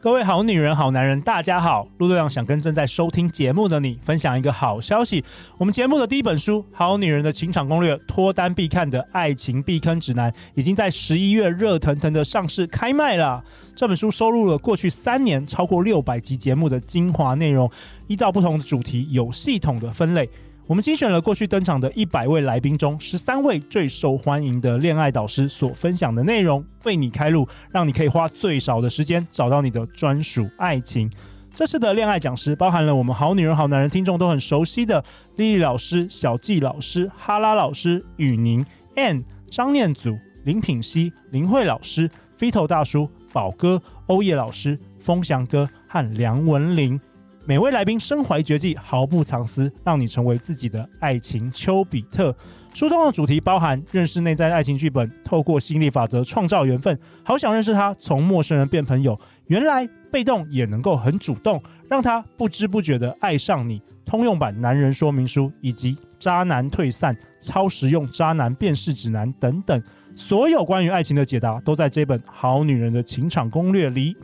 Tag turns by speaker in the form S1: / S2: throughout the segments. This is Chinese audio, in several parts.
S1: 各位好女人、好男人，大家好！陆队长想跟正在收听节目的你分享一个好消息。我们节目的第一本书《好女人的情场攻略：脱单必看的爱情避坑指南》已经在十一月热腾腾的上市开卖了。这本书收录了过去三年超过六百集节目的精华内容，依照不同的主题有系统的分类。我们精选了过去登场的一百位来宾中，十三位最受欢迎的恋爱导师所分享的内容，为你开路，让你可以花最少的时间找到你的专属爱情。这次的恋爱讲师包含了我们好女人、好男人听众都很熟悉的丽丽老师、小纪老师、哈拉老师、雨宁、Ann、张念祖、林品熙、林慧老师、Fito 大叔、宝哥、欧叶老师、风翔哥和梁文玲。每位来宾身怀绝技，毫不藏私，让你成为自己的爱情丘比特。书中的主题包含认识内在的爱情剧本，透过吸引力法则创造缘分。好想认识他，从陌生人变朋友。原来被动也能够很主动，让他不知不觉的爱上你。通用版男人说明书以及渣男退散、超实用渣男辨识指南等等，所有关于爱情的解答都在这本《好女人的情场攻略》里。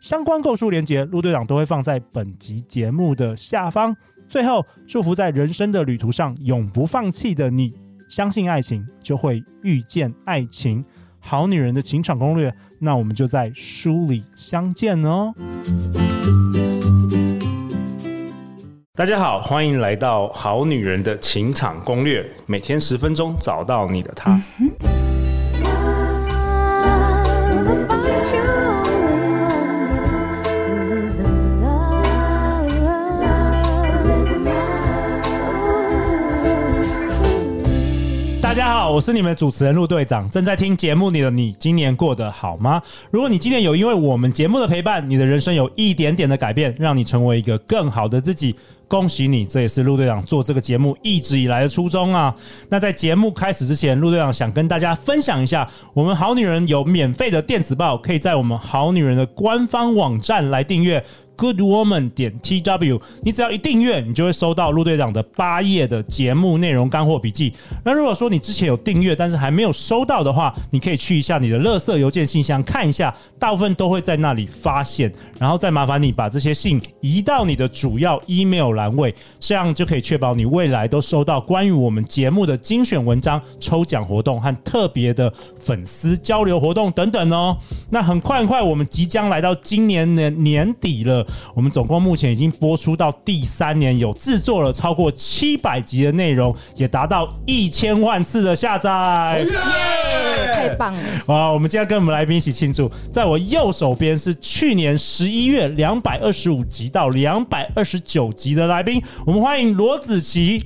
S1: 相关购书链接，陆队长都会放在本集节目的下方。最后，祝福在人生的旅途上永不放弃的你，相信爱情就会遇见爱情。好女人的情场攻略，那我们就在书里相见哦。大家好，欢迎来到《好女人的情场攻略》，每天十分钟，找到你的他。
S2: Love will find you only one you live in love, live in love.
S1: 大家好，我是你们的主持人陆队长。正在听节目里的你，今年过得好吗？如果你今年有因为我们节目的陪伴，你的人生有一点点的改变，让你成为一个更好的自己，恭喜你！这也是陆队长做这个节目一直以来的初衷啊。那在节目开始之前，陆队长想跟大家分享一下，我们好女人有免费的电子报，可以在我们好女人的官方网站来订阅。Good Woman 点 T W，你只要一订阅，你就会收到陆队长的八页的节目内容干货笔记。那如果说你之前有订阅，但是还没有收到的话，你可以去一下你的垃圾邮件信箱看一下，大部分都会在那里发现，然后再麻烦你把这些信移到你的主要 email 栏位，这样就可以确保你未来都收到关于我们节目的精选文章、抽奖活动和特别的粉丝交流活动等等哦。那很快很快，我们即将来到今年的年底了。我们总共目前已经播出到第三年，有制作了超过七百集的内容，也达到一千万次的下载。
S3: 太棒了！
S1: 啊，我们今天跟我们来宾一起庆祝。在我右手边是去年十一月两百二十五集到两百二十九集的来宾，我们欢迎罗子琪。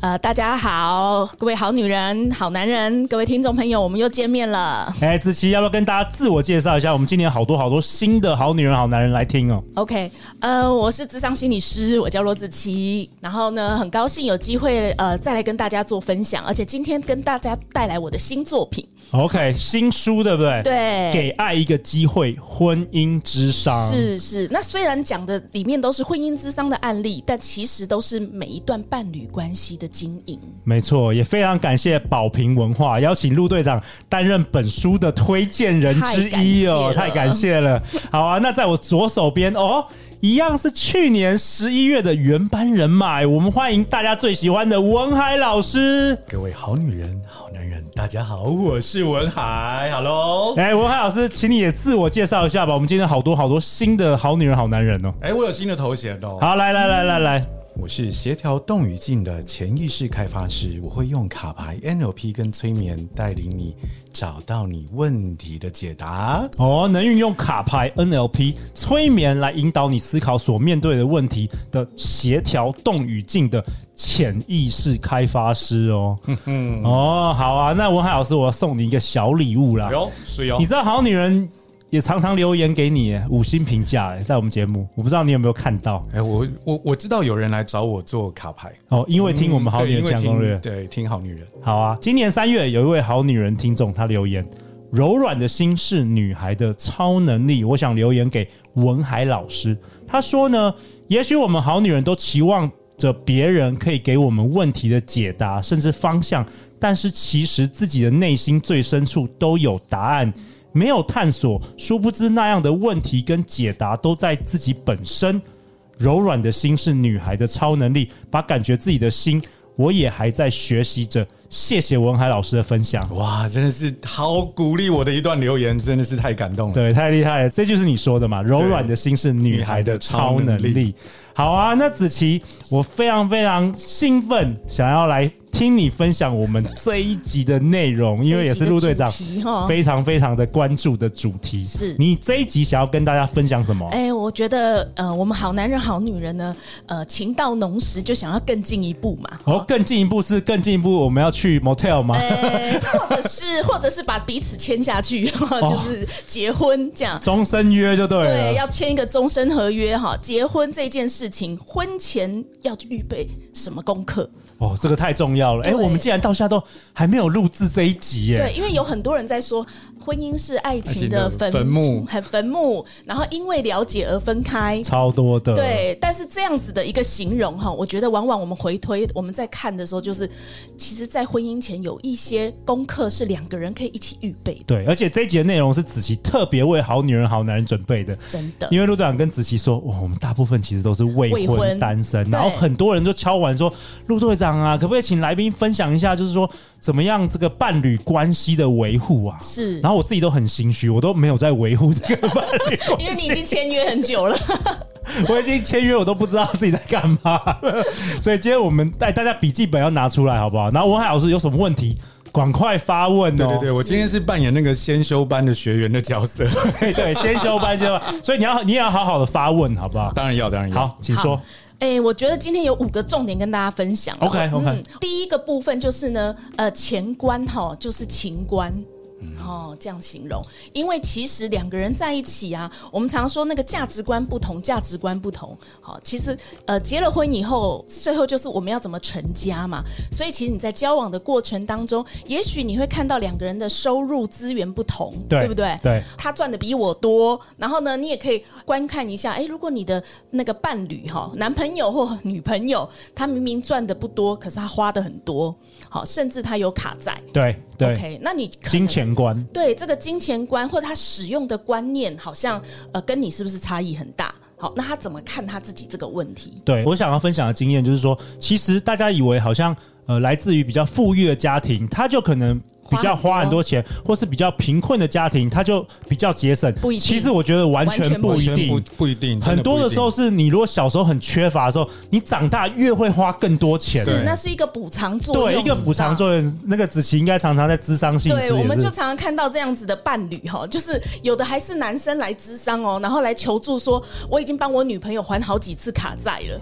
S3: 呃，大家好，各位好女人、好男人，各位听众朋友，我们又见面了。
S1: 哎，子琪，要不要跟大家自我介绍一下？我们今年好多好多新的好女人、好男人来听哦。
S3: OK，呃，我是智商心理师，我叫罗子琪。然后呢，很高兴有机会呃再来跟大家做分享，而且今天跟大家带来我的新作品。
S1: OK，新书对不对？。
S3: 对，
S1: 给爱一个机会，婚姻之商。
S3: 是是，那虽然讲的里面都是婚姻之商的案例，但其实都是每一段伴侣关系的经营。
S1: 没错，也非常感谢宝瓶文化邀请陆队长担任本书的推荐人之一哦，太
S3: 太
S1: 感
S3: 感
S1: 谢了。好啊，那在我左手边哦，一样是去年十一月的原班人马，我们欢迎大家最喜欢的文海老师。
S4: 各位好女人、好男人，大家好，我是文海，Hello。
S1: 哎，文海老师，请你也自我介绍一下吧。我们今天好多好多新的好女人、好男人哦。
S4: 哎、我有新的头衔哦。
S1: 好，来来来来来，
S4: 我是协调动与静的潜意识开发师，我会用卡牌 NLP 跟催眠带领你找到你问题的解答。
S1: 哦，能运用卡牌 NLP 催眠来引导你思考所面对的问题的协调动与静的潜意识开发师哦。
S4: 嗯
S1: 哦，好啊，那文海老师，我要送你一个小礼物啦
S4: 哎。呦，是哟
S1: 你，知道好女人也常常留言给你耶五星评价耶，在我们节目，我不知道你有没有看到
S4: 哎、我我我知道有人来找我做卡牌，
S1: 哦，因为听我们好女人
S4: 嗯对因为
S1: 相攻略
S4: 听，对，听好女人。
S1: 好啊，今年三月有一位好女人听众，她留言：“柔软的心是女孩的超能力。”我想留言给文海老师，她说呢，也许我们好女人都期望着别人可以给我们问题的解答，甚至方向，但是其实自己的内心最深处都有答案。没有探索，殊不知那样的问题跟解答都在自己本身。柔软的心是女孩的超能力，把感觉自己的心，我也还在学习着。谢谢文海老师的分享，
S4: 哇，真的是好鼓励我的一段留言，真的是太感动了。
S1: 对，太厉害了，这就是你说的嘛，柔软的心是女孩的超能
S4: 女孩的超能
S1: 力。好啊，那子琪，我非常非常兴奋，想要来听你分享我们这一集的内容，因为也是陆队长
S3: 这一集的主题哦
S1: 非常非常的关注的主题。
S3: 是
S1: 你这一集想要跟大家分享什么？
S3: 哎、我觉得呃，我们好男人好女人呢，呃，情到浓时就想要更进一步嘛，
S1: 哦，更进一步是更进一步，我们要去 motel 吗？
S3: 哎，或者是或者是把彼此签下去，
S4: 哦
S3: 就是结婚这样。
S1: 终身约就对了。
S4: 啊
S3: 对，要签一个终身合约哈。结婚这件事情，婚前要预备什么功课？
S1: 哦，这个太重要了。哎、
S3: 对
S1: 我们竟然到现在都还没有录制这一集耶。
S3: 对，因为有很多人在说，婚姻是爱情的
S4: 爱情的
S3: 坟
S4: 坟墓
S3: 很坟墓，然后因为了解而分开。
S1: 超多的。，
S3: 对，但是这样子的一个形容哈，我觉得往往我们回推，我们在看的时候，就是其实，在婚姻前有一些功课是两个人可以一起预备的，
S1: 对，而且这一集的内容是子琪特别为好女人、好男人准备的。
S3: 真的。
S1: 因为陆队长跟子琪说，哦哇，我们大部分其实都是未
S3: 未
S1: 婚
S3: 婚
S1: 单身，
S3: 对
S1: 然后很多人就敲完说，陆队长啊，可不可以请来宾分享一下，就是说怎么样这个伴侣关系的维护啊？
S3: 是
S1: 然后我自己都很心虚，我都没有在维护这个伴侣关
S3: 因为你已
S1: 系，
S3: 经签约很久了，
S1: 我已经签约，我都不知道自己在干嘛 了。所以今天我们带大家笔记本要拿出来，好不好？然后文海老师有什么问题，赶快发问哦。
S4: 对对对，我今天是扮演那个先修班的学员的角色，
S1: 对 对，先修班先修班，所以你要你也要好好的发问，好不好？
S4: 当然要，当然要。
S1: 好，请说。
S3: 哎、我觉得今天有五个重点跟大家分享哦。
S1: OK，OK
S3: 第一个部分就是呢，呃，钱观哈就是情观。
S1: 嗯
S3: 哦，这样形容，因为其实两个人在一起啊，我们常说那个价值观不同，价值观不同。好、其实呃，结了婚以后，最后就是我们要怎么成家嘛。所以其实你在交往的过程当中，也许你会看到两个人的收入资源不同，
S1: 对
S3: 不对？
S1: 对
S3: 他赚的比我多，然后呢，你也可以观看一下，哎，如果你的那个伴侣哈，男朋友或女朋友，他明明赚的不多，可是他花的很多，好，甚至他有卡债
S1: 对对
S3: ，OK，那你可能
S1: 金钱观。
S3: 对这个金钱观或者他使用的观念，好
S1: 嗯
S3: 像呃跟你是不是差异很大？好，那他怎么看他自己这个问题？
S1: 对我想要分享的经验就是说，其实大家以为好像呃来自于比较富裕的家庭，他就可能比较花
S3: 花
S1: 很
S3: 很
S1: 多
S3: 多
S1: 钱，或是比较贫困的家庭，他就比较节省。
S3: 不一定
S1: 其实我觉得完全
S3: 完全
S1: 不
S4: 完
S1: 一
S4: 全
S1: 定
S4: 不。不一定，真
S1: 很多
S4: 不一
S1: 的
S4: 定
S1: 时候，是你如果小时候很缺乏的时候，你长大越会花更多钱。
S4: 对
S3: 是，那是一个补偿作
S1: 对，
S3: 用，
S1: 一个补偿
S3: 用。
S1: 作用，那个子琪应该常常在智商性
S3: 对，
S1: 是
S3: 我
S1: 也
S3: 们
S1: 是
S3: 就。常常看到这样子的伴侣哈，就是有的还是男生来咨商哦，然后来求助说我已经帮我女朋友还好几次卡债了。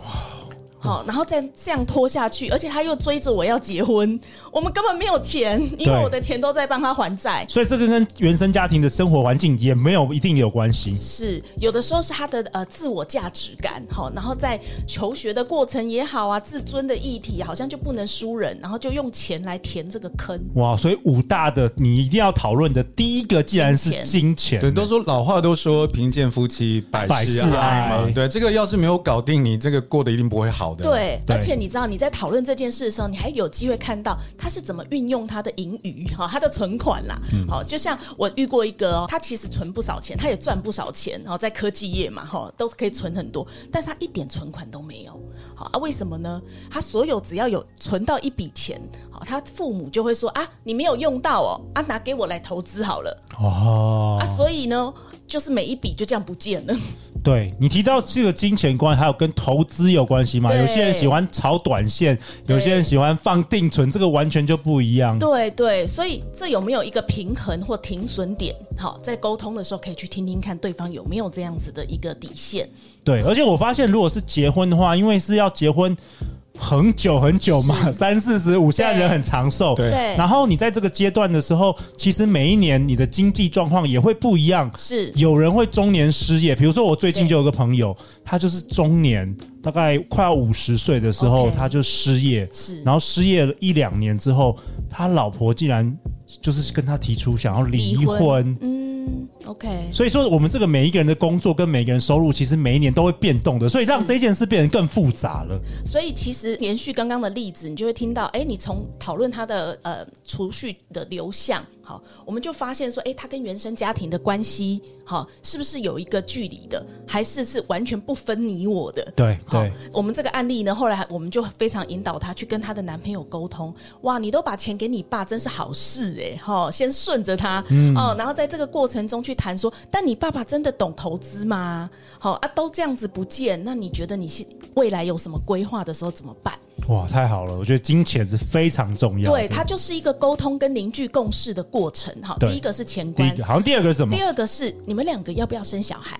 S3: 好，然后再这样拖下去，而且他又追着我要结婚，我们根本没有钱，因为
S1: 对
S3: 我的钱都在帮他还债。
S1: 所以这个跟原生家庭的生活环境也没有一定有关系。
S3: 是有的时候是他的呃自我价值感好，然后在求学的过程也好啊，自尊的议题好像就不能输人，然后就用钱来填这个坑。
S1: 哇，所以五大的你一定要讨论的第一个，既然是金钱，
S4: 对，都说老话都说贫贱夫妻百
S1: 百
S4: 事
S1: 事
S4: 哀嘛
S1: 哀。
S4: 对，这个要是没有搞定，你这个过得一定不会好的。，
S3: 对，
S1: 对
S3: 而且你知道你在讨论这件事的时候，你还有机会看到他是怎么运用他的盈余哈，他的存款啦。
S1: 嗯
S3: 好、就像我遇过一个、哦，他其实存不少钱，他也赚不少钱，然、后在科技业嘛哈、都是可以存很多，但是他一点存款都没有。好啊，为什么呢？他所有只要有存到一笔钱，好、他父母就会说啊，你没有用到哦，啊，拿给我来投资好了、
S1: 哦
S3: 啊，，所以呢。就是每一笔就这样不见了，
S1: 对你提到这个金钱观，还有跟投资有关系嘛？
S3: 对
S1: 有些人喜欢炒短线，有些人喜欢放定存，这个完全就不一样。
S3: 对对，所以这有没有一个平衡或停损点？好，在沟通的时候可以去听听看对方有没有这样子的一个底线。
S1: 对，而且我发现，如果是结婚的话，因为是要结婚很久很久嘛，三四十五，现在人很长寿。
S4: 对
S3: 对
S1: 然后你在这个阶段的时候，其实每一年你的经济状况也会不一样。
S3: 是
S1: 有人会中年失业，比如说我最近就有个朋友，他就是中年，大概快要五十岁的时候
S3: OK
S1: 他就失业，
S3: 是
S1: 然后失业了一两年之后，他老婆竟然就是跟他提出想要离
S3: 离
S1: 婚。
S3: 婚嗯，OK，
S1: 所以说，我们这个每一个人的工作跟每个人收入，其实每一年都会变动的，所以让
S3: 是
S1: 这件事变得更复杂了。
S3: 所以其实延续刚刚的例子，你就会听到，哎，你从讨论他的呃储蓄的流向，好，好，我们就发现说，哎，他跟原生家庭的关系，好，是不是有一个距离的，还是是完全不分你我的？
S1: 对
S3: 好
S1: 对，，
S3: 我们这个案例呢，后来我们就非常引导她去跟她的男朋友沟通。哇，你都把钱给你爸，真是好事哎、哈、先顺着他、
S1: 嗯
S3: 哦，然后在这个过程中去谈说，但你爸爸真的懂投资吗？好、啊，都这样子不见，那你觉得你是未来有什么规划的时候怎么办？
S1: 哇，太好了！我觉得金钱是非常重要的。
S3: 对，它就是一个沟通跟凝聚共识的过程。哈、
S1: 对
S3: 第一个是钱
S1: 第一
S3: 观
S1: 个，，好像第二个是什么
S3: 第？二个是你们两个要不要生小孩？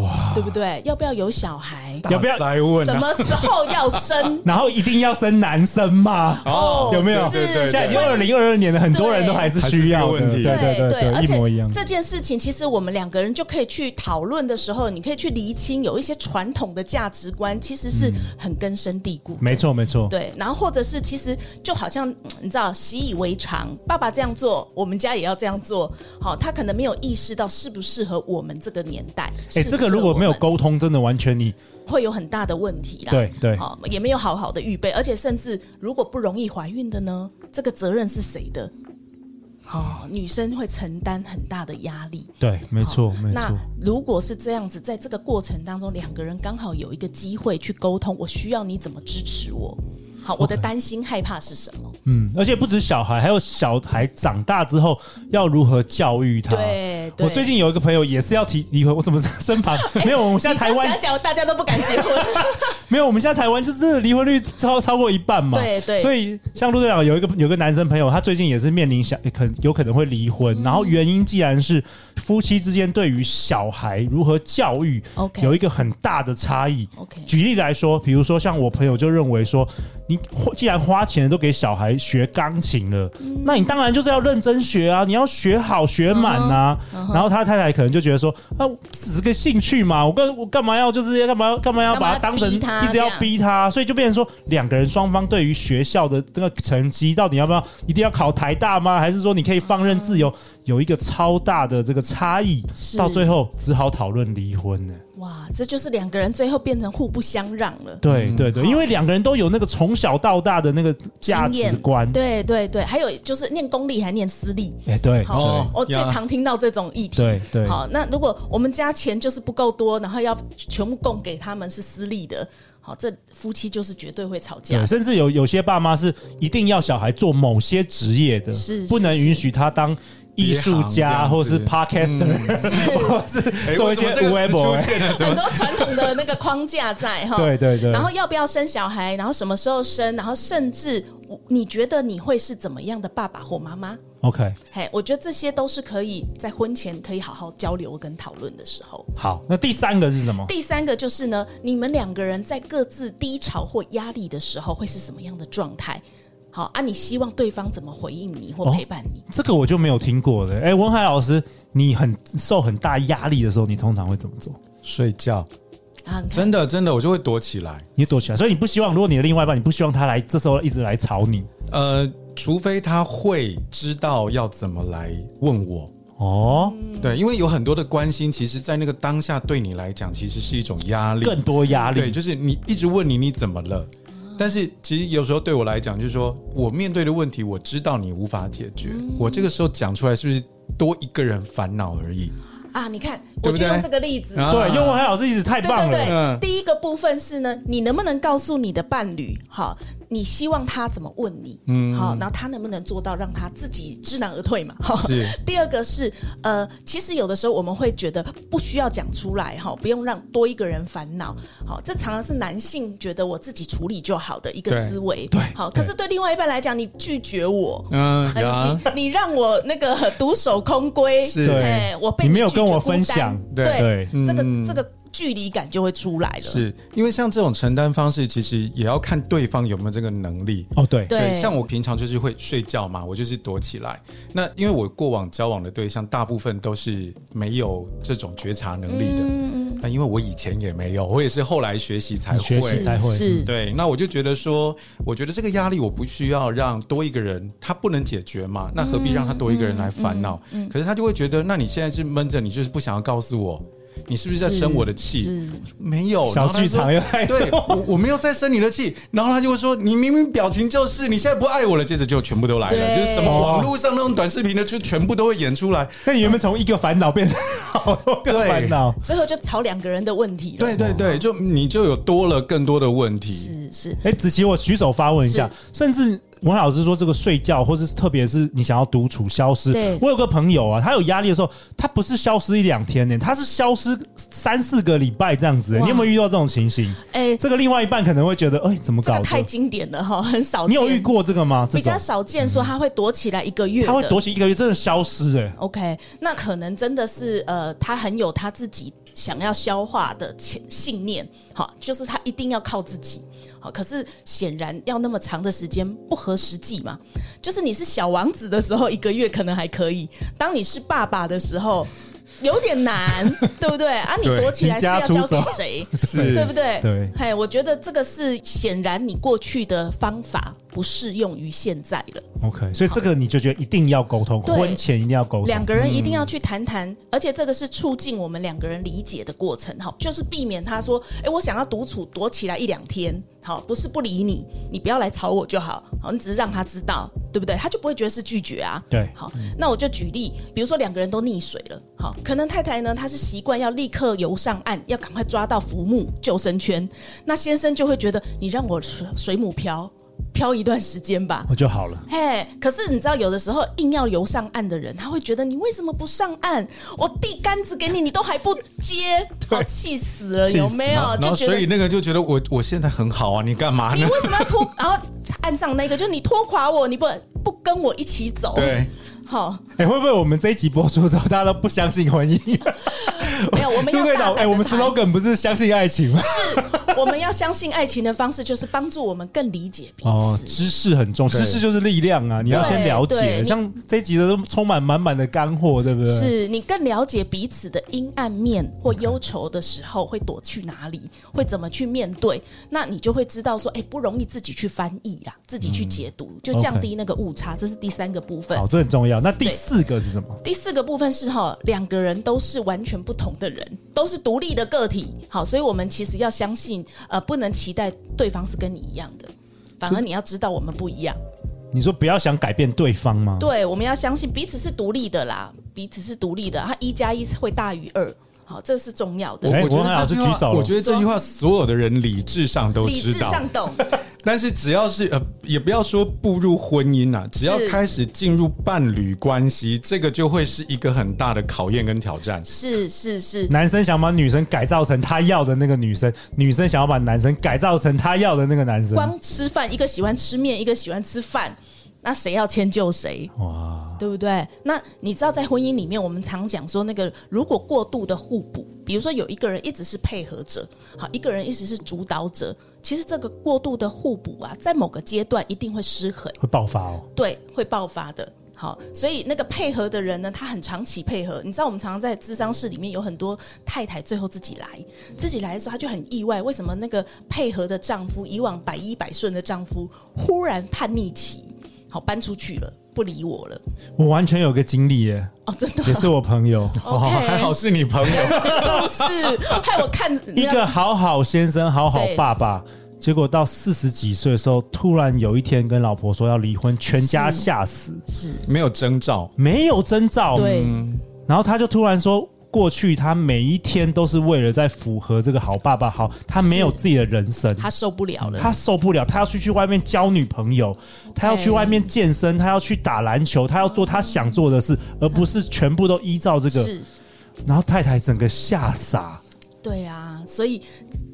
S1: 哇，
S3: 对不对？要不要有小孩？
S1: 要不要
S4: 大灾问
S3: 什
S4: 啊？
S3: 么时候要生？
S1: 然后一定要生男生嘛？
S3: 哦
S1: 有没有
S3: 是
S4: 对对对
S1: 现在已经二零二二年了，很多人都还是需要的。
S4: 还是这个问题
S1: 对对
S3: 而
S1: 对，一模一样
S3: 且。这件事情，其实我们两个人就可以去讨论的时候，你可以去厘清有一些传统的价值观，其实是
S1: 嗯
S3: 很根深蒂固。
S1: 没错没错，
S3: 对，然后或者是其实就好像嗯你知道习以为常，爸爸这样做，我们家也要这样做。好，他可能没有意识到适不适合我们这个年代。
S1: 哎，
S3: 适不
S1: 这个如
S3: 适合
S1: 果
S3: 我
S1: 没有
S3: 们
S1: 沟通，真的完全你
S3: 会有很大的问题啦。
S1: 对对
S3: 好、也没有好好的预备，而且甚至如果不容易怀孕的呢，这个责任是谁的？哦，女生会承担很大的压力。
S1: 对，没错
S3: 好
S1: 没
S3: 那
S1: 错，
S3: 如果是这样子，在这个过程当中，两个人刚好有一个机会去沟通，我需要你怎么支持我？好，我的担心害怕是什么？
S1: 嗯，而且不止小孩，还有小孩长大之后要如何教育他。
S3: 对，对
S1: 我最近有一个朋友也是要提离婚，我怎么 身 旁没有？我们现在台湾
S3: 讲讲，大家都不敢结 婚。
S1: 没有，我们现在台湾就是离婚率超超过一半嘛。
S3: 对对
S1: 所以像陆队长有一个有个男生朋友，他最近也是面临想可有可能会离婚，
S3: 嗯
S1: 然后原因既然是夫妻之间对于小孩如何教育
S3: OK
S1: 有一个很大的差异。
S3: OK
S1: 举例来说，比如说像我朋友就认为说，你花既然花钱都给小孩学钢琴了，
S3: 嗯
S1: 那你当然就是要认真学啊，你要学好学满啊。
S3: 嗯
S1: 然后他太太可能就觉得说，啊，只是个兴趣嘛，我干我干嘛要就是干嘛要干嘛要
S3: 干
S1: 把
S3: 嘛
S1: 它
S3: 要
S1: 当成
S3: 逼他
S1: 一直要
S3: 这样
S1: 逼他，所以就变成说两个人双方对于学校的这个成绩到底要不要一定要考台大吗？还是说你可以放任自由，有一个超大的这个差异，
S3: 嗯是
S1: 到最后只好讨论离婚呢？
S3: 哇，这就是两个人最后变成互不相让了。
S1: 对对对，
S4: 嗯
S3: 好
S1: 因为两个人都有那个从小到大的那个价
S3: 经验
S1: 值观，
S3: 对对对，还有就是念公立还念私立，
S1: 哎对
S3: 好、
S4: 哦
S3: 我最
S4: 呀
S3: 常听到这种议题。
S1: 对对
S3: 好，那如果我们家钱就是不够多，然后要全部供给他们是私立的，好，这夫妻就是绝对会吵架
S1: 对，
S3: 的。
S1: 甚至有有些爸妈是一定要小孩做某些职业的，
S3: 是
S1: 不能
S3: 是
S1: 允许他当艺术
S4: 别行这
S1: 家
S4: 样
S1: 或是
S4: 子
S1: podcaster，、或 是
S4: 哎
S1: 做一些
S4: 为什么这个
S1: web
S4: 词出现了，怎
S3: 很
S4: 么
S3: 多传统的那个框架在哈，
S1: 对对对
S3: 然后要不要生小孩，然后什么时候生，然后甚至我你觉得你会是怎么样的爸爸或妈妈？
S1: OK，
S3: 嘿，我觉得这些都是可以在婚前可以好好交流跟讨论的时候。
S1: 好，那第三个是什么？
S3: 第三个就是呢，你们两个人在各自低潮或压力的时候会是什么样的状态？好啊，你希望对方怎么回应你或
S1: 哦
S3: 陪伴你？
S1: 这个我就没有听过了。哎、文海老师，你很受很大压力的时候，你通常会怎么做？
S4: 睡觉？
S3: 啊，你看
S4: 真的真的，我就会躲起来。
S1: 你躲起来，所以你不希望，如果你的另外一半，你不希望他来这时候一直来吵你
S4: 呃，除非他会知道要怎么来问我。
S1: 哦，
S3: 嗯
S4: 对，因为有很多的关心，其实，在那个当下对你来讲，其实是一种压力，
S1: 更多压
S4: 对，
S1: 力。
S4: 就是你一直问你你怎么了，
S3: 嗯
S4: 但是其实有时候对我来讲，就是说我面对的问题，我知道你无法解决，
S3: 嗯
S4: 我这个时候讲出来是不是多一个人烦恼而已？
S3: 啊，你看，
S4: 对
S3: 我
S4: 不
S3: 就
S4: 对
S3: 用这个例子。
S4: 啊
S1: 对，因为文海老师一直太
S3: 嗯对
S1: 棒
S3: 对
S1: 了。
S3: 对，
S4: 嗯
S3: 第一个部分是呢，你能不能告诉你的伴侣，好，你希望他怎么问你，嗯，好，然后他能不能做到让他自己知难而退嘛？好，
S4: 嗯 是
S3: 第二个是，呃，其实有的时候我们会觉得不需要讲出来哈，不用让多一个人烦恼。好，这常常是男性觉得我自己处理就好的一个
S4: 对
S3: 思维。对，好，可是对另外一半来讲，你拒绝我，
S4: 嗯，
S3: 哎
S4: 呀，
S3: 你你让我那个独守空闺，
S4: 是
S1: 对
S3: 哎，我被
S1: 你没有
S3: 拒绝
S1: 跟我
S3: 孤单
S1: 分享
S4: 对
S1: 对
S3: 对，这个
S4: 嗯
S3: 这个距离感就会出来了。
S4: 是因为像这种承担方式，其实也要看对方有没有这个能力。
S1: 哦，对，
S3: 对
S4: 像我平常就是会睡觉嘛，我就是躲起来。那因为我过往交往的对象大部分都是没有这种觉察能力的，那因为我以前也没有，我也是后来学习才
S1: 你
S4: 会。
S1: 学习才会嗯
S3: 是
S4: 对，那我就觉得说，我觉得这个压力我不需要让多一个人，他不能解决嘛，那何必让他多一个人来烦恼？可是他就会觉得，那你现在是闷着，你就是不想要告诉我。你是不是在生我的气？
S5: 是
S4: 没有，
S1: 小
S4: 然后他就
S1: 剧
S4: 说
S1: 场又来
S4: 对
S1: 了
S4: 我我没有在生你的气，然后他就会说你明明表情就是你现在不爱我了，接着就全部都来了，
S5: 对
S4: 就是什么网络上那种短视频的就全部都会演出来，
S1: 那你原本从一个烦恼变成好多个
S4: 对
S1: 烦恼，
S3: 最后就吵两个人的问题了。
S4: 对对对，哦就你就有多了更多的问题，
S5: 是是，
S1: 哎，子琪，我举手发问一下，甚至文老师说这个睡觉，或者是特别是你想要独处消失
S5: 对，
S1: 我有个朋友啊，他有压力的时候，他不是消失一两天呢、他是消失三四个礼拜这样子、
S5: 哇
S1: 你有没有遇到这种情形？
S3: 哎、
S1: 这个另外一半可能会觉得，哎、怎么
S3: 这
S1: 搞
S3: 个
S1: 的？
S3: 太经典了哈，很少
S1: 你
S3: 见。
S1: 有遇过这个吗？这
S3: 比
S1: 种
S3: 较少见，说他会躲起来一个月的，
S1: 他会躲起一个月，真的消失哎、
S3: OK，那可能真的是呃，他很有他自己想要消化的潜信念，好，就是他一定要靠自己。好，可是显然要那么长的时间不合实际嘛。就是你是小王子的时候，一个月可能还可以；当你是爸爸的时候，有 点难，对不对？啊，你
S4: 对
S3: 躲起来是要
S1: 离家
S3: 交
S1: 出走
S3: 给谁？
S4: 是
S3: 对不对？
S1: 对
S3: 嘿，我觉得这个是显然你过去的方法不适用于现在了。
S1: OK，所以这个你就觉得一定要沟通，
S3: 对
S1: 婚前一定要沟
S3: 两
S1: 通。
S3: 个人一定要去谈谈，而且这个是促进我们两个人理解的过程，好，就是避免他说，哎、我想要独处，躲起来一两天，好，不是不理你，你不要来吵我就好，好，你只是让他知道，对不对？他就不会觉得是拒绝啊。
S1: 对
S3: 好，那我就举例，比如说两个人都溺水了，好，可能太太呢，她是习惯要立刻游上岸，要赶快抓到浮木救生圈，那先生就会觉得你让我水水母漂漂一段时间吧，
S1: 我就好了。
S3: 嘿，可是你知道，有的时候硬要游上岸的人，他会觉得你为什么不上岸？我递杆子给你，你都还不 接，我气死了，
S1: 气死
S3: 有没有？
S4: 然
S3: 哦就
S4: 后
S3: 觉得
S4: 水里
S3: 你
S4: 那个就觉得我我现在很好啊，你干嘛呢？
S3: 为什么要拖？ 然后岸上那个就是你拖垮我，你不不跟我一起走，
S4: 对，
S3: 好，
S1: 哎、会不会我们这一集播出之后，大家都不相信婚姻？
S3: 没有，我们
S1: 陆
S3: 要
S1: 队
S3: 大
S1: 长，
S3: 胆
S1: 哎、我们
S3: 地 谈
S1: slogan 不是相信爱情吗？
S3: 是，我们要相信爱情的方式就是帮助我们更理解彼 此。
S1: 哦，知识很重，
S4: 对
S1: 知识就是力量啊！你要先了
S3: 对
S1: 解，
S3: 你
S1: 像这一集的都充满满满的干货，对不对？，
S3: 是你更了解彼此的阴暗面或忧愁的时候，会躲去哪里，会怎么去面对？那你就会知道说，哎、不容易自己去翻译啦，
S1: 嗯
S3: 自己去解读，就降低那个误差。这是第三个部分
S1: 好，。这很重要。那第四个是什么？
S3: 第四个部分是哈，两个人都是完全不同的人，都是独立的个体。好，所以我们其实要相信，呃，不能期待对方是跟你一样的，反而你要知道我们不一样。
S1: 你说不要想改变对方吗？
S3: 对，我们要相信彼此是独立的啦，彼此是独立的，它一加一会大于二。好，这是重要的。
S1: 哎
S4: 我觉
S1: 文海老
S4: 得
S1: 师
S4: 这句话
S1: 举手了
S4: 我觉得这句话所有的人理智上都
S3: 理
S4: 知
S3: 智
S4: 道，
S3: 上懂，
S4: 但是只要是呃，也不要说步入婚姻啊，只要开始进入伴侣关系，这个就会是一个很大的考验跟挑战。
S3: 是是是，
S1: 男生想把女生改造成他要的那个女生，女生想要把男生改造成他要的那个男生。
S3: 光吃饭，一个喜欢吃面，一个喜欢吃饭，那谁要迁就谁？
S1: 哇，
S3: 对不对？那你知道在婚姻里面，我们常讲说那个如果过度的互补，比如说有一个人一直是配合者，好，一个人一直是主导者，其实这个过度的互补啊，在某个阶段一定会失衡。
S1: 会爆发哦！
S3: 对，会爆发的。好，所以那个配合的人呢，他很长期配合。你知道，我们常常在咨商室里面有很多太太最后自己来，自己来的时候，她就很意外，为什么那个配合的丈夫，以往百依百顺的丈夫，忽然叛逆期，好搬出去了，不理我了。
S1: 我完全有个经历耶，
S3: 哦，真的
S1: 也是我朋 友，
S4: 哦，
S3: OK
S4: 还好是你朋友，
S3: 不是，害我看
S1: 一个好好先生，好好爸爸。结果到四十几岁的时候，突然有一天跟老婆说要离婚，全家
S5: 是
S1: 吓死，
S5: 是
S4: 没有征兆，
S1: 没有征兆，
S3: 对，
S1: 然后他就突然说，过去他每一天都是为了在符合这个好爸爸好，他没有自己的人生，
S3: 他受不了了。
S1: 他受不了，他要去去外面交女朋友，他要去外面健身，他要去打篮球，他要做他想做的事，而不是全部都依照这个。
S3: 是，
S1: 然后太太整个吓傻，
S3: 对啊，所以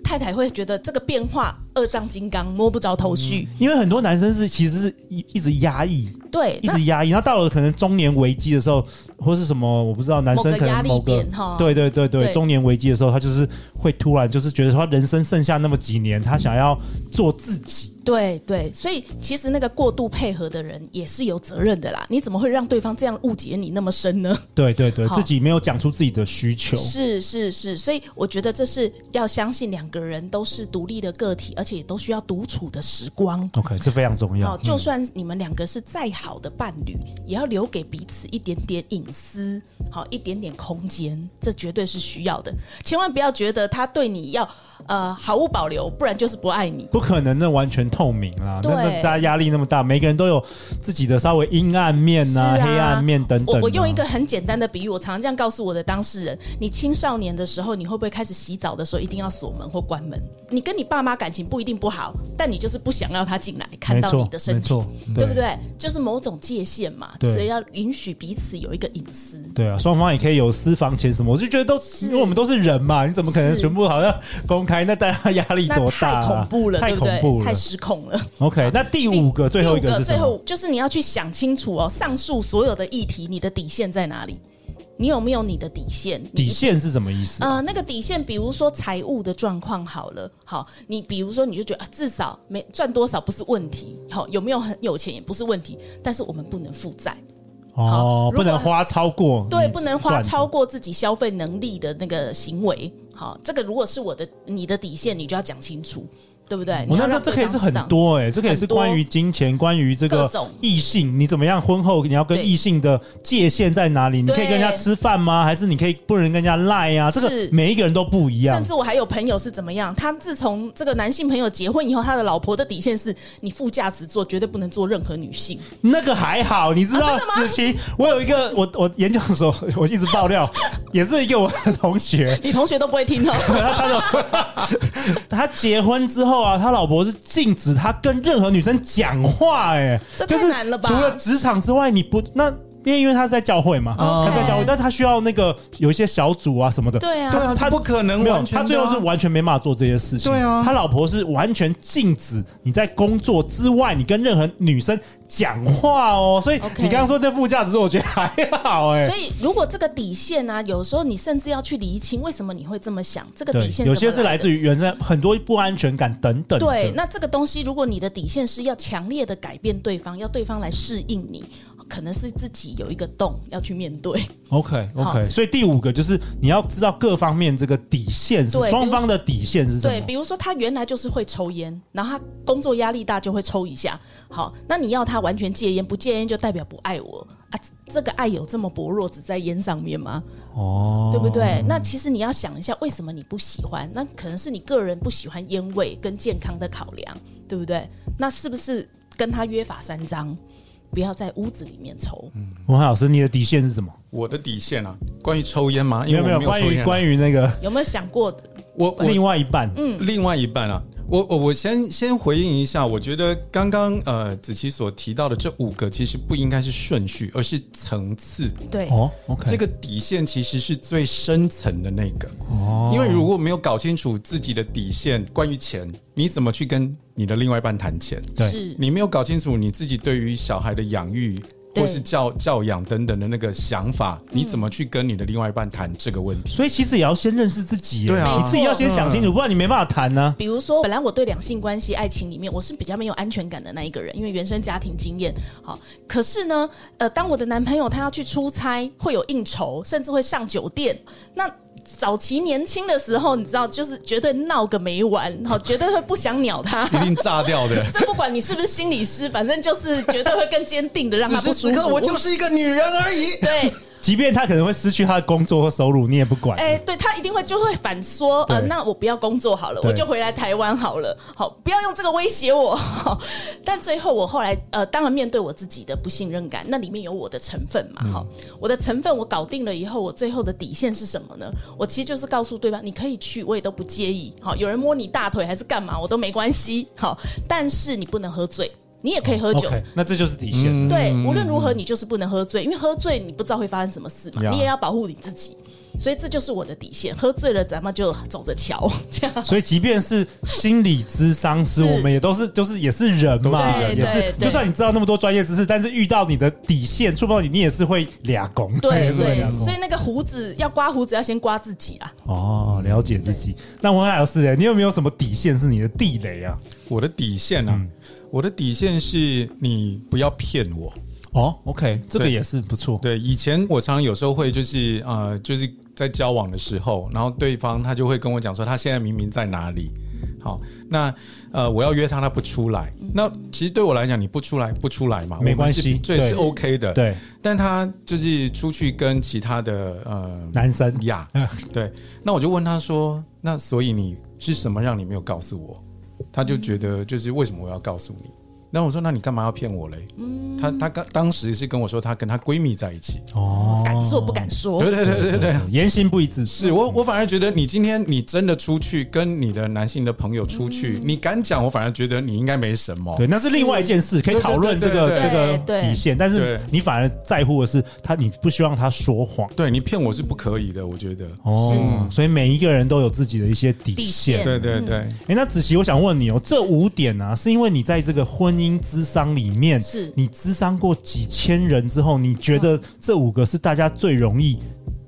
S3: 太太会觉得这个变化，二丈金刚摸不着头绪。
S1: 因为很多男生是其实是一一直压抑，
S3: 对，
S1: 一
S3: 那
S1: 直压抑，然后到了可能中年危机的时候，或是什么我不知道，男生可能某
S3: 某个压
S1: 个
S3: 力点哈
S1: 对对对对，
S3: 对
S1: 中年危机的时候，他就是会突然就是觉得说，他人生剩下那么几年，他想要做自己，
S3: 对对，所以其实那个过度配合的人也是有责任的啦。你怎么会让对方这样误解你那么深呢？
S1: 对对对，
S3: 好
S1: 自己没有讲出自己的需求，
S3: 是是是，所以我觉得这是要相信两个个人都是独立的个体，而且也都需要独处的时光。
S1: OK，这非常重要。嗯
S3: 哦，就算你们两个是再好的伴侣，也要留给彼此一点点隐私，好、一点点空间，这绝对是需要的。千万不要觉得他对你要呃毫无保留，不然就是不爱你。
S1: 不可能那完全透明啦，那
S3: 对
S1: 那大家压力那么大，每个人都有自己的稍微阴暗面啊、
S3: 是啊
S1: 黑暗面等等啊、
S3: 我我用一个很简单的比喻，我常常这样告诉我的当事人：你青少年的时候，你会不会开始洗澡的时候一定要锁门或关门？你跟你爸妈感情不一定不好，但你就是不想让他进来看
S1: 没
S3: 到
S1: 错，
S3: 你的身
S1: 没
S3: 体
S1: 错，，
S3: 对不？对？就是某种界限嘛，
S1: 对
S3: 所以要允许彼此有一个隐私。
S1: 对啊，双方也可以有私房钱什么，我就觉得都，因为我们都是人嘛，你怎么可能
S3: 是
S1: 全部好像公开？那大家压力
S3: 那
S1: 多大、
S3: 太
S1: 啊？
S3: 恐怖了，
S1: 太
S3: 对不
S1: 恐
S3: 对？
S1: 怖了
S3: 太。失控了。
S1: OK，那第五个最后一
S3: 第
S1: 个
S3: 五
S1: 是
S3: 最
S1: 什么？
S3: 后就是你要去想清楚哦，上述所有的议题，你的底线在哪里？你有没有你的底线？你
S1: 底线是什么意思？
S3: 呃，那个底线，比如说财务的状况好了，好，你比如说你就觉得啊，至少没赚多少不是问题，好，有没有很有钱也不是问题，但是我们不能负债，
S1: 哦
S3: 好，
S1: 不
S3: 如
S1: 能
S3: 果
S1: 花超过，
S3: 对，
S1: 嗯
S3: 不能花
S1: 赚的
S3: 超过自己消费能力的那个行为，好，这个如果是我的你的底线，你就要讲清楚，对不对？
S1: 哦，
S3: 你
S1: 那
S3: 要
S1: 那
S3: 让
S1: 这
S3: 对
S1: 可以
S3: 方
S1: 是
S3: 知
S1: 很
S3: 道
S1: 多哎、这个也是
S3: 很多
S1: 关于金钱，关于这个
S3: 各种
S1: 异性，你怎么样婚后你要跟
S3: 对
S1: 异性的界限在哪里？你可以
S3: 对
S1: 跟人家吃饭吗？还是你可以不能跟人家赖啊？这个
S3: 是
S1: 每一个人都不一样
S3: 甚。至我还有朋友是怎么样？他自从这个男性朋友结婚以后，他的老婆的底线是你副驾驶座绝对不能坐任何女 性。
S1: 那个还好，你知道、
S3: 啊
S1: 子琪，我有一个我我研究所，我一直爆 料，也是一个我的同学，
S3: 你同学都不会听哦。
S1: 他结婚之后啊，他老婆是禁止他跟任何女生讲话、哎，
S3: 这
S1: 就
S3: 太
S1: 是
S3: 难了吧
S1: 除了职场之外，你不那。因为因为他是在教会嘛
S4: OK
S1: 他在教会，但他需要那个有一些小组啊什么的，
S3: 对啊
S4: 对啊，
S1: 他
S4: 他不可能
S1: 没有，
S4: 完全、啊
S1: 他最后是完全没办法做这些事情。
S4: 对啊
S1: 他老婆是完全禁止你在工作之外，你跟任何女生讲话哦。所以
S3: OK
S1: 你刚刚说这副驾驶座，我觉得还好哎、
S3: 所以，如果这个底线呢、啊，有时候你甚至要去厘清为什么你会这么想，这个
S1: 对
S3: 底，线
S1: 有些是来
S3: 来
S1: 自
S3: 于。
S1: 于原生很多不安全感等等的。
S3: 对，那这个东西，如果你的底线是要强烈的改变对方，要对方来适应你，可能是自己有一个洞要去面对。
S1: OK
S3: 好
S1: OK，所以第五个就是你要知道各方面这个底线是
S3: 对
S1: 双方的底线是什
S3: 对，
S1: 么。
S3: 比如说他原来就是会抽烟，然后他工作压力大就会抽一下。好，那你要他完全戒烟，不戒烟就代表不爱我啊？这个爱有这么薄弱，只在烟上面吗？
S1: 哦，
S3: 对不对？那其实你要想一下，为什么你不喜欢？那可能是你个人不喜欢烟味跟健康的考量，对不对？那是不是跟他约法三章，不要在屋子里面抽？
S1: 文翰老师，你的底线是什么？
S4: 我的底线啊，关于抽烟吗？因
S1: 没
S4: 为
S1: 有
S4: 我
S1: 没有，
S4: 有
S1: 关
S4: 抽
S1: 于
S4: 烟啊。
S1: 关于那个
S3: 有没有想过？
S4: 我我
S1: 另外一半，
S3: 嗯
S4: 另外一半啊，我我我先先回应一下，我觉得刚刚呃子琪所提到的这五个其实不应该是顺序，而是层次。
S3: 对，
S1: 哦，OK，
S4: 这个底线其实是最深层的那个，哦，因为如果没有搞清楚自己的底线，关于钱，你怎么去跟你的另外一半谈钱？
S1: 对
S3: 是
S4: 你没有搞清楚你自己对于小孩的养育
S3: 对
S4: 或是教教养等等的那个想法，你怎么去跟你的另外一半谈这个问题？
S1: 所以其实也要先认识自己耶，
S4: 对啊
S1: 你自己要先想清楚，不然你没办法谈啊呢。
S3: 比如说，本来我对两性关系、爱情里面，我是比较没有安全感的那一个人，因为原生家庭经验。好，可是呢，呃，当我的男朋友他要去出差，会有应酬，甚至会上酒店，那。早期年轻的时候，你知道，就是绝对闹个没完，好，绝对会不想鸟他。。
S4: 一定炸掉的
S3: 这不管你是不是心理师，反正就是绝对会更坚定的让他
S4: 此
S3: 不
S4: 时
S3: 舒
S4: 此
S3: 服。
S4: 刻，我就是一个女人而已。
S3: 对，
S1: 即便他可能会失去他的工作或收入，你也不管。
S3: 哎、对他一定会就会反说，呃，
S1: 对
S3: 那我不要工作好了，
S1: 对
S3: 我就回来台湾好了，好，不要用这个威胁我。 好但最后我后来，呃，当然面对我自己的不信任感，那里面有我的成分嘛，
S1: 嗯
S3: 哈、我的成分我搞定了以后，我最后的底线是什么呢？我其实就是告诉对方，你可以去，我也都不介意，好，有人摸你大腿还是干嘛，我都没关系，好，但是你不能喝醉，你也可以喝
S1: 哦
S3: 酒。
S1: OK，那这就是底
S4: 嗯
S1: 线。
S3: 对，无论如何你就是不能喝醉，因为喝醉你不知道会发生什么事嘛，
S4: 呀
S3: 你也要保护你自己。所以这就是我的底线，喝醉了咱们就走着瞧， 这样。
S1: 所以，即便是心理咨商师，
S3: 是
S1: 我们也都是，就是也是人嘛，
S4: 都是
S3: 人
S1: 也
S3: 对
S1: 是。
S3: 对
S1: 就算你知道那么多专业知识，但是遇到你的底线，触碰到你，你也是会俩拱，也
S3: 对
S1: 是会
S3: 对
S1: 俩，拱
S3: 所以那个胡子要刮胡子要先刮自己啊，
S1: 哦，了解自己。那文海老师，你有没有什么底线是你的地雷啊？
S4: 我的底线啊，我的底线是你不要骗我。
S1: 哦，OK，这
S4: 对
S1: 也是不错。
S4: 对，以前我常常有时候会就是呃，就是在交往的时候，然后对方他就会跟我讲说他现在明明在哪里。好，那呃，我要约他，他不出来。那其实对我来讲，你不出来不出来嘛，
S1: 没关系
S4: 这也是
S1: 对
S4: OK 的。，
S1: 对，
S4: 但他就是出去跟其他的呃
S1: 男生
S4: 呀，对。那我就问他说：“那所以你是什么让你没有告诉我？”他就觉得就是为什么我要告诉你？那我说：“那你干嘛要骗我嘞？”
S3: 嗯
S4: 他他刚当时是跟我说他跟他闺蜜在一起。
S1: 哦，
S3: 敢做不敢说
S4: 对，对对对对，
S1: 言行不一致，
S4: 是我我反而觉得你今天你真的出去跟你的男性的朋友出
S3: 嗯
S4: 去，你敢讲，我反而觉得你应该没什么。
S1: 对，那是另外一件事，可以讨论这个
S4: 对
S1: 这
S4: 对
S1: 个
S3: 对对
S1: 底线，但是
S4: 对
S1: 你反而在乎的是他，你不希望他说谎。
S4: 对你骗我是不可以的，我觉得。
S1: 哦，所以每一个人都有自己的一些底
S3: 底
S1: 线
S3: 线。
S4: 对对
S3: 嗯
S4: 对，
S1: 哎、那子琪，我想问你哦，这五点啊，是因为你在这个婚姻咨商里面，
S3: 是嗯
S1: 你咨商过几千人之后，你觉得这五个是大家最容易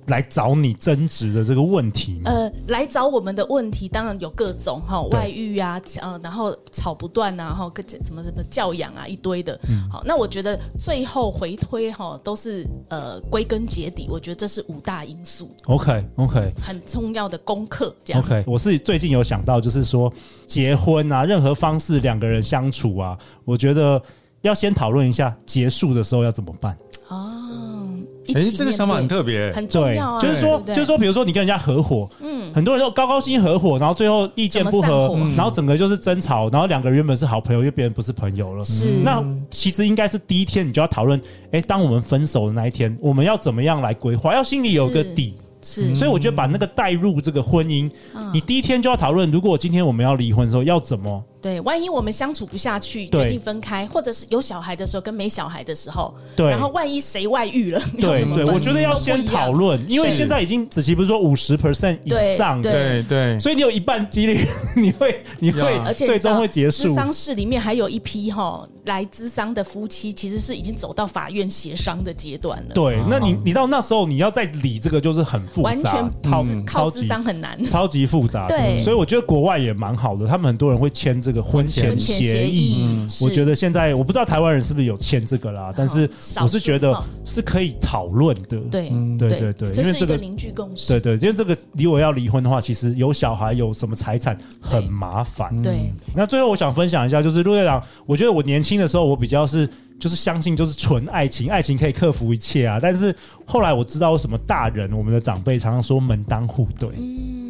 S1: 来找你争执的这个问题吗？
S3: 呃，来找我们的问题当然有各种哈，
S1: 对
S3: 外遇啊，呃，然后吵不断啊，哈，各怎么怎么教养啊，一堆的。
S1: 嗯
S3: 好，那我觉得最后回推哈，都是呃归根结底，我觉得这是五大因素，
S1: OK OK
S3: 很重要的功课。这样
S1: OK，我是最近有想到，就是说结婚啊，任何方式两个人相处啊，我觉得要先讨论一下结束的时候要怎么办。
S3: 哦，一
S4: 哎，
S3: 起
S4: 这个想法很
S3: 面对
S4: 特别。
S3: 很重
S1: 对
S3: 要，啊，
S1: 就是
S3: 对
S1: 说
S3: 不，对
S1: 就是说，比如说你跟人家合伙，嗯，很多人都高高兴合伙，然后最后意见不合
S3: 怎么散，
S1: 然后整个就是争吵，然后两个人原本是好朋友，又变成不是朋友了。
S3: 是
S1: 那其实应该是第一天你就要讨论，哎，当我们分手的那一天，我们要怎么样来规划，要心里有个
S3: 是
S1: 底。
S3: 是嗯
S1: 所以我觉得把那个带入这个婚姻，你第一天就要讨论，如果今天我们要离婚的时候要怎么
S3: 对，万一我们相处不下去，
S1: 对
S3: 决定分开，或者是有小孩的时候跟没小孩的时候，
S1: 对
S3: 然后万一谁外遇了，要
S1: 对
S3: 怎么
S1: 对，
S3: 办
S1: 我觉得要先讨，论，因为
S3: 是
S1: 现在已经子琪不是说五十 percent 以
S3: 对
S1: 上，
S3: 对
S4: 对对，
S1: 所以你有一半几率你会你会
S4: 呀
S3: 而且
S1: 啊最终会结
S3: 智
S1: 束。
S3: 商室里面还有一批哈、来咨商的夫妻，其实是已经走到法院协商的阶段了，，
S1: 对，那你你到那时候你要再理这个就是很复杂，
S3: 完全
S1: 超
S3: 靠
S1: 超
S3: 智
S1: 级
S3: 商很难。
S1: 超级复杂的。
S3: 对
S1: 所以我觉得国外也蛮好的，他们很多人会签这个婚前
S3: 婚前
S1: 协议。嗯
S3: 议，
S1: 我觉
S3: 得
S1: 得现在我不知道台湾人是不是有签这个啦，但是
S3: 嗯少
S1: 我是
S3: 数
S1: 觉得
S3: 哈
S1: 是可以讨论的。
S3: 对
S1: 对嗯对对，
S3: 这
S1: 因为
S3: 是
S1: 这
S3: 一个
S1: 个
S3: 凝聚共识
S1: 对。对，因为这个如果要离婚的话，其实有小孩有什么财产很麻烦。
S3: 对，
S1: 那最后我想分享一下，就是陆队长，我觉得我年轻的时候，我比较是就是相信就是纯爱情，爱情可以克服一切啊。但是后来我知道，为什么大人我们的长辈常常说门当户对，
S3: 嗯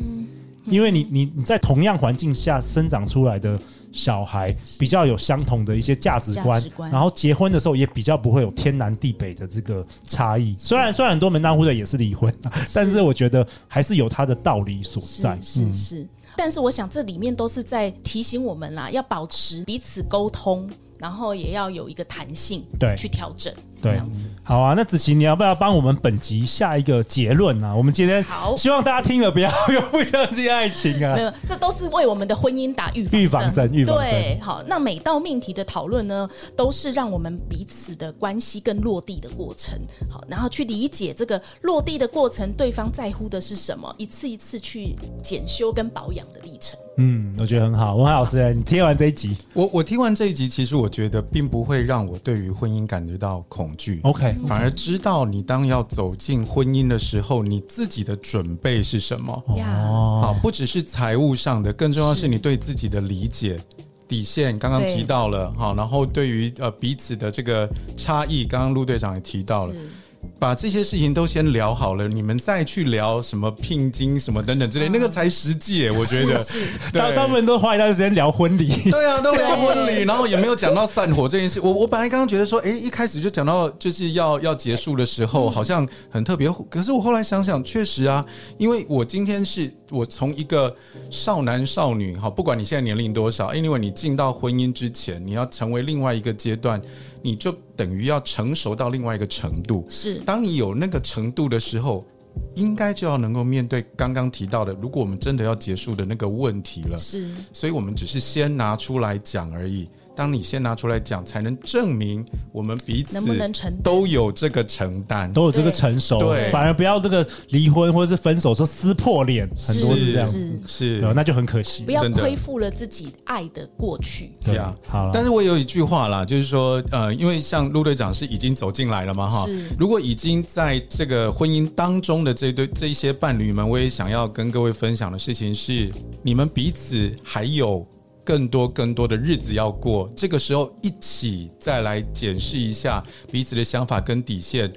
S1: 因为你你你在同样环境下生长出来的小孩，比较有相同的一些价值观，
S3: 价值观
S1: 然后结婚的时候也比较不会有天南地北的这个差异。虽然虽然很多门当户对也是离婚， 但是我觉得还是有它的道理所在。嗯
S3: 是是是、但是我想这里面都是在提醒我们啦，要保持彼此沟通，然后也要有一个弹性，
S1: 对
S3: 去调整，
S1: 对
S3: 这样子。
S1: 好啊，那子琪，你要不要帮我们本集下一个结论啊？我们今天
S3: 好
S1: 希望大家听了不要 又不相信爱情
S3: 没
S1: 啊。
S3: 有，这都是为我们的婚姻打预
S1: 预防针预防针
S3: 对，好，那每道命题的讨论呢，都是让我们彼此的关系更落地的过程，好，然后去理解这个落地的过程，对方在乎的是什么，一次一次去检修跟保养的历程。
S1: 嗯，我觉得很好。文海老师，你听完这一集
S4: 我我听完这一集，其实我觉得并不会让我对于婚姻感觉到恐惧。
S1: ，OK，
S4: 反而知道你当要走进婚姻的时候，你自己的准备是什么。
S3: 嗯
S5: 呀
S1: 哦
S4: 好，不只是财务上的，更重要是你对自己的理解。底线刚刚
S5: 对
S4: 提到了，好，然后对于呃彼此的这个差异，刚刚陆队长也提到了，把这些事情都先聊好了，你们再去聊什么聘金什么等等之类，那个才实际耶，我觉得。
S1: 大
S4: 对
S1: 大部分都花一段时间聊婚礼。
S4: 对啊，都聊婚礼，然后也没有讲到散伙这件事。我我本来刚刚觉得说，哎、一开始就讲到就是要要结束的时候，好像很特别。可是我后来想想，确实啊，因为我今天是我从一个少男少女，哈，不管你现在年龄多少，anyway，你进到婚姻之前，你要成为另外一个阶段，你就等于要成熟到另外一个程度。
S3: 是
S4: 当你有那个程度的时候。应该就要能够面对刚刚提到的，如果我们真的要结束的那个问题了，
S3: 是，
S4: 所以我们只是先拿出来讲而已。当你先拿出来讲，才能证明我们彼此
S3: 能不能承担
S4: 都有这个承 担。
S1: 都有这个成熟，
S4: 对
S1: 反而不要这个离婚或者是分手说撕破脸，很多是这样子，
S4: 是
S1: 对啊吧，那就很可惜
S3: 不。要
S4: 真的
S3: 亏负了自己爱的过去。
S1: 对
S4: 呀，
S1: 好了
S4: 但是我有一句话啦，就是说，呃，因为像陆队长是已经走进来了嘛，哈
S3: 是，
S4: 如果已经在这个婚姻当中的这对这一些伴侣们，我也想要跟各位分享的事情是，你们彼此还有。更多更多的日子要过，这个时候一起再来检视一下彼此的想法跟底线，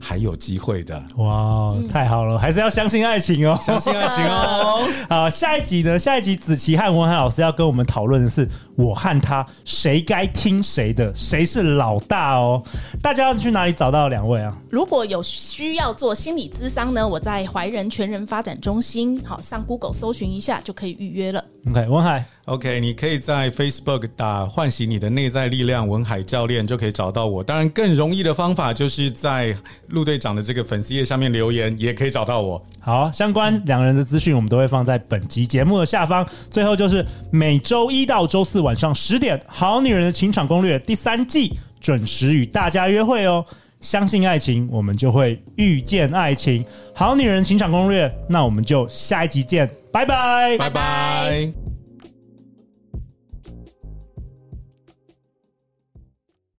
S4: 还有机会的，
S1: 哇，
S3: 嗯
S1: 太好了，还是要相信爱情哦。
S4: 相信爱情哦。
S1: 好，下一集呢？下一集子琪和文涵老师要跟我们讨论的是，我和他谁该听谁的，谁是老大哦。大家要去哪里找到两位啊？
S3: 如果有需要做心理咨商呢，我在怀仁全人发展中心，好上 Google 搜寻一下就可以预约了。
S1: OK，文海，
S4: OK，你可以在 Facebook 打“唤醒你的内在力量”文海教练就可以找到我。当然，更容易的方法就是在陆队长的这个粉丝页上面留言，也可以找到我。
S1: 好，相关两人的资讯我们都会放在本集节目的下方。最后就是每周一到周四晚上十点，《好女人的情场攻略》第三季准时与大家约会哦。相信爱情，我们就会遇见爱情。好女人情场攻略，那我们就下一集见，拜拜。
S4: 拜拜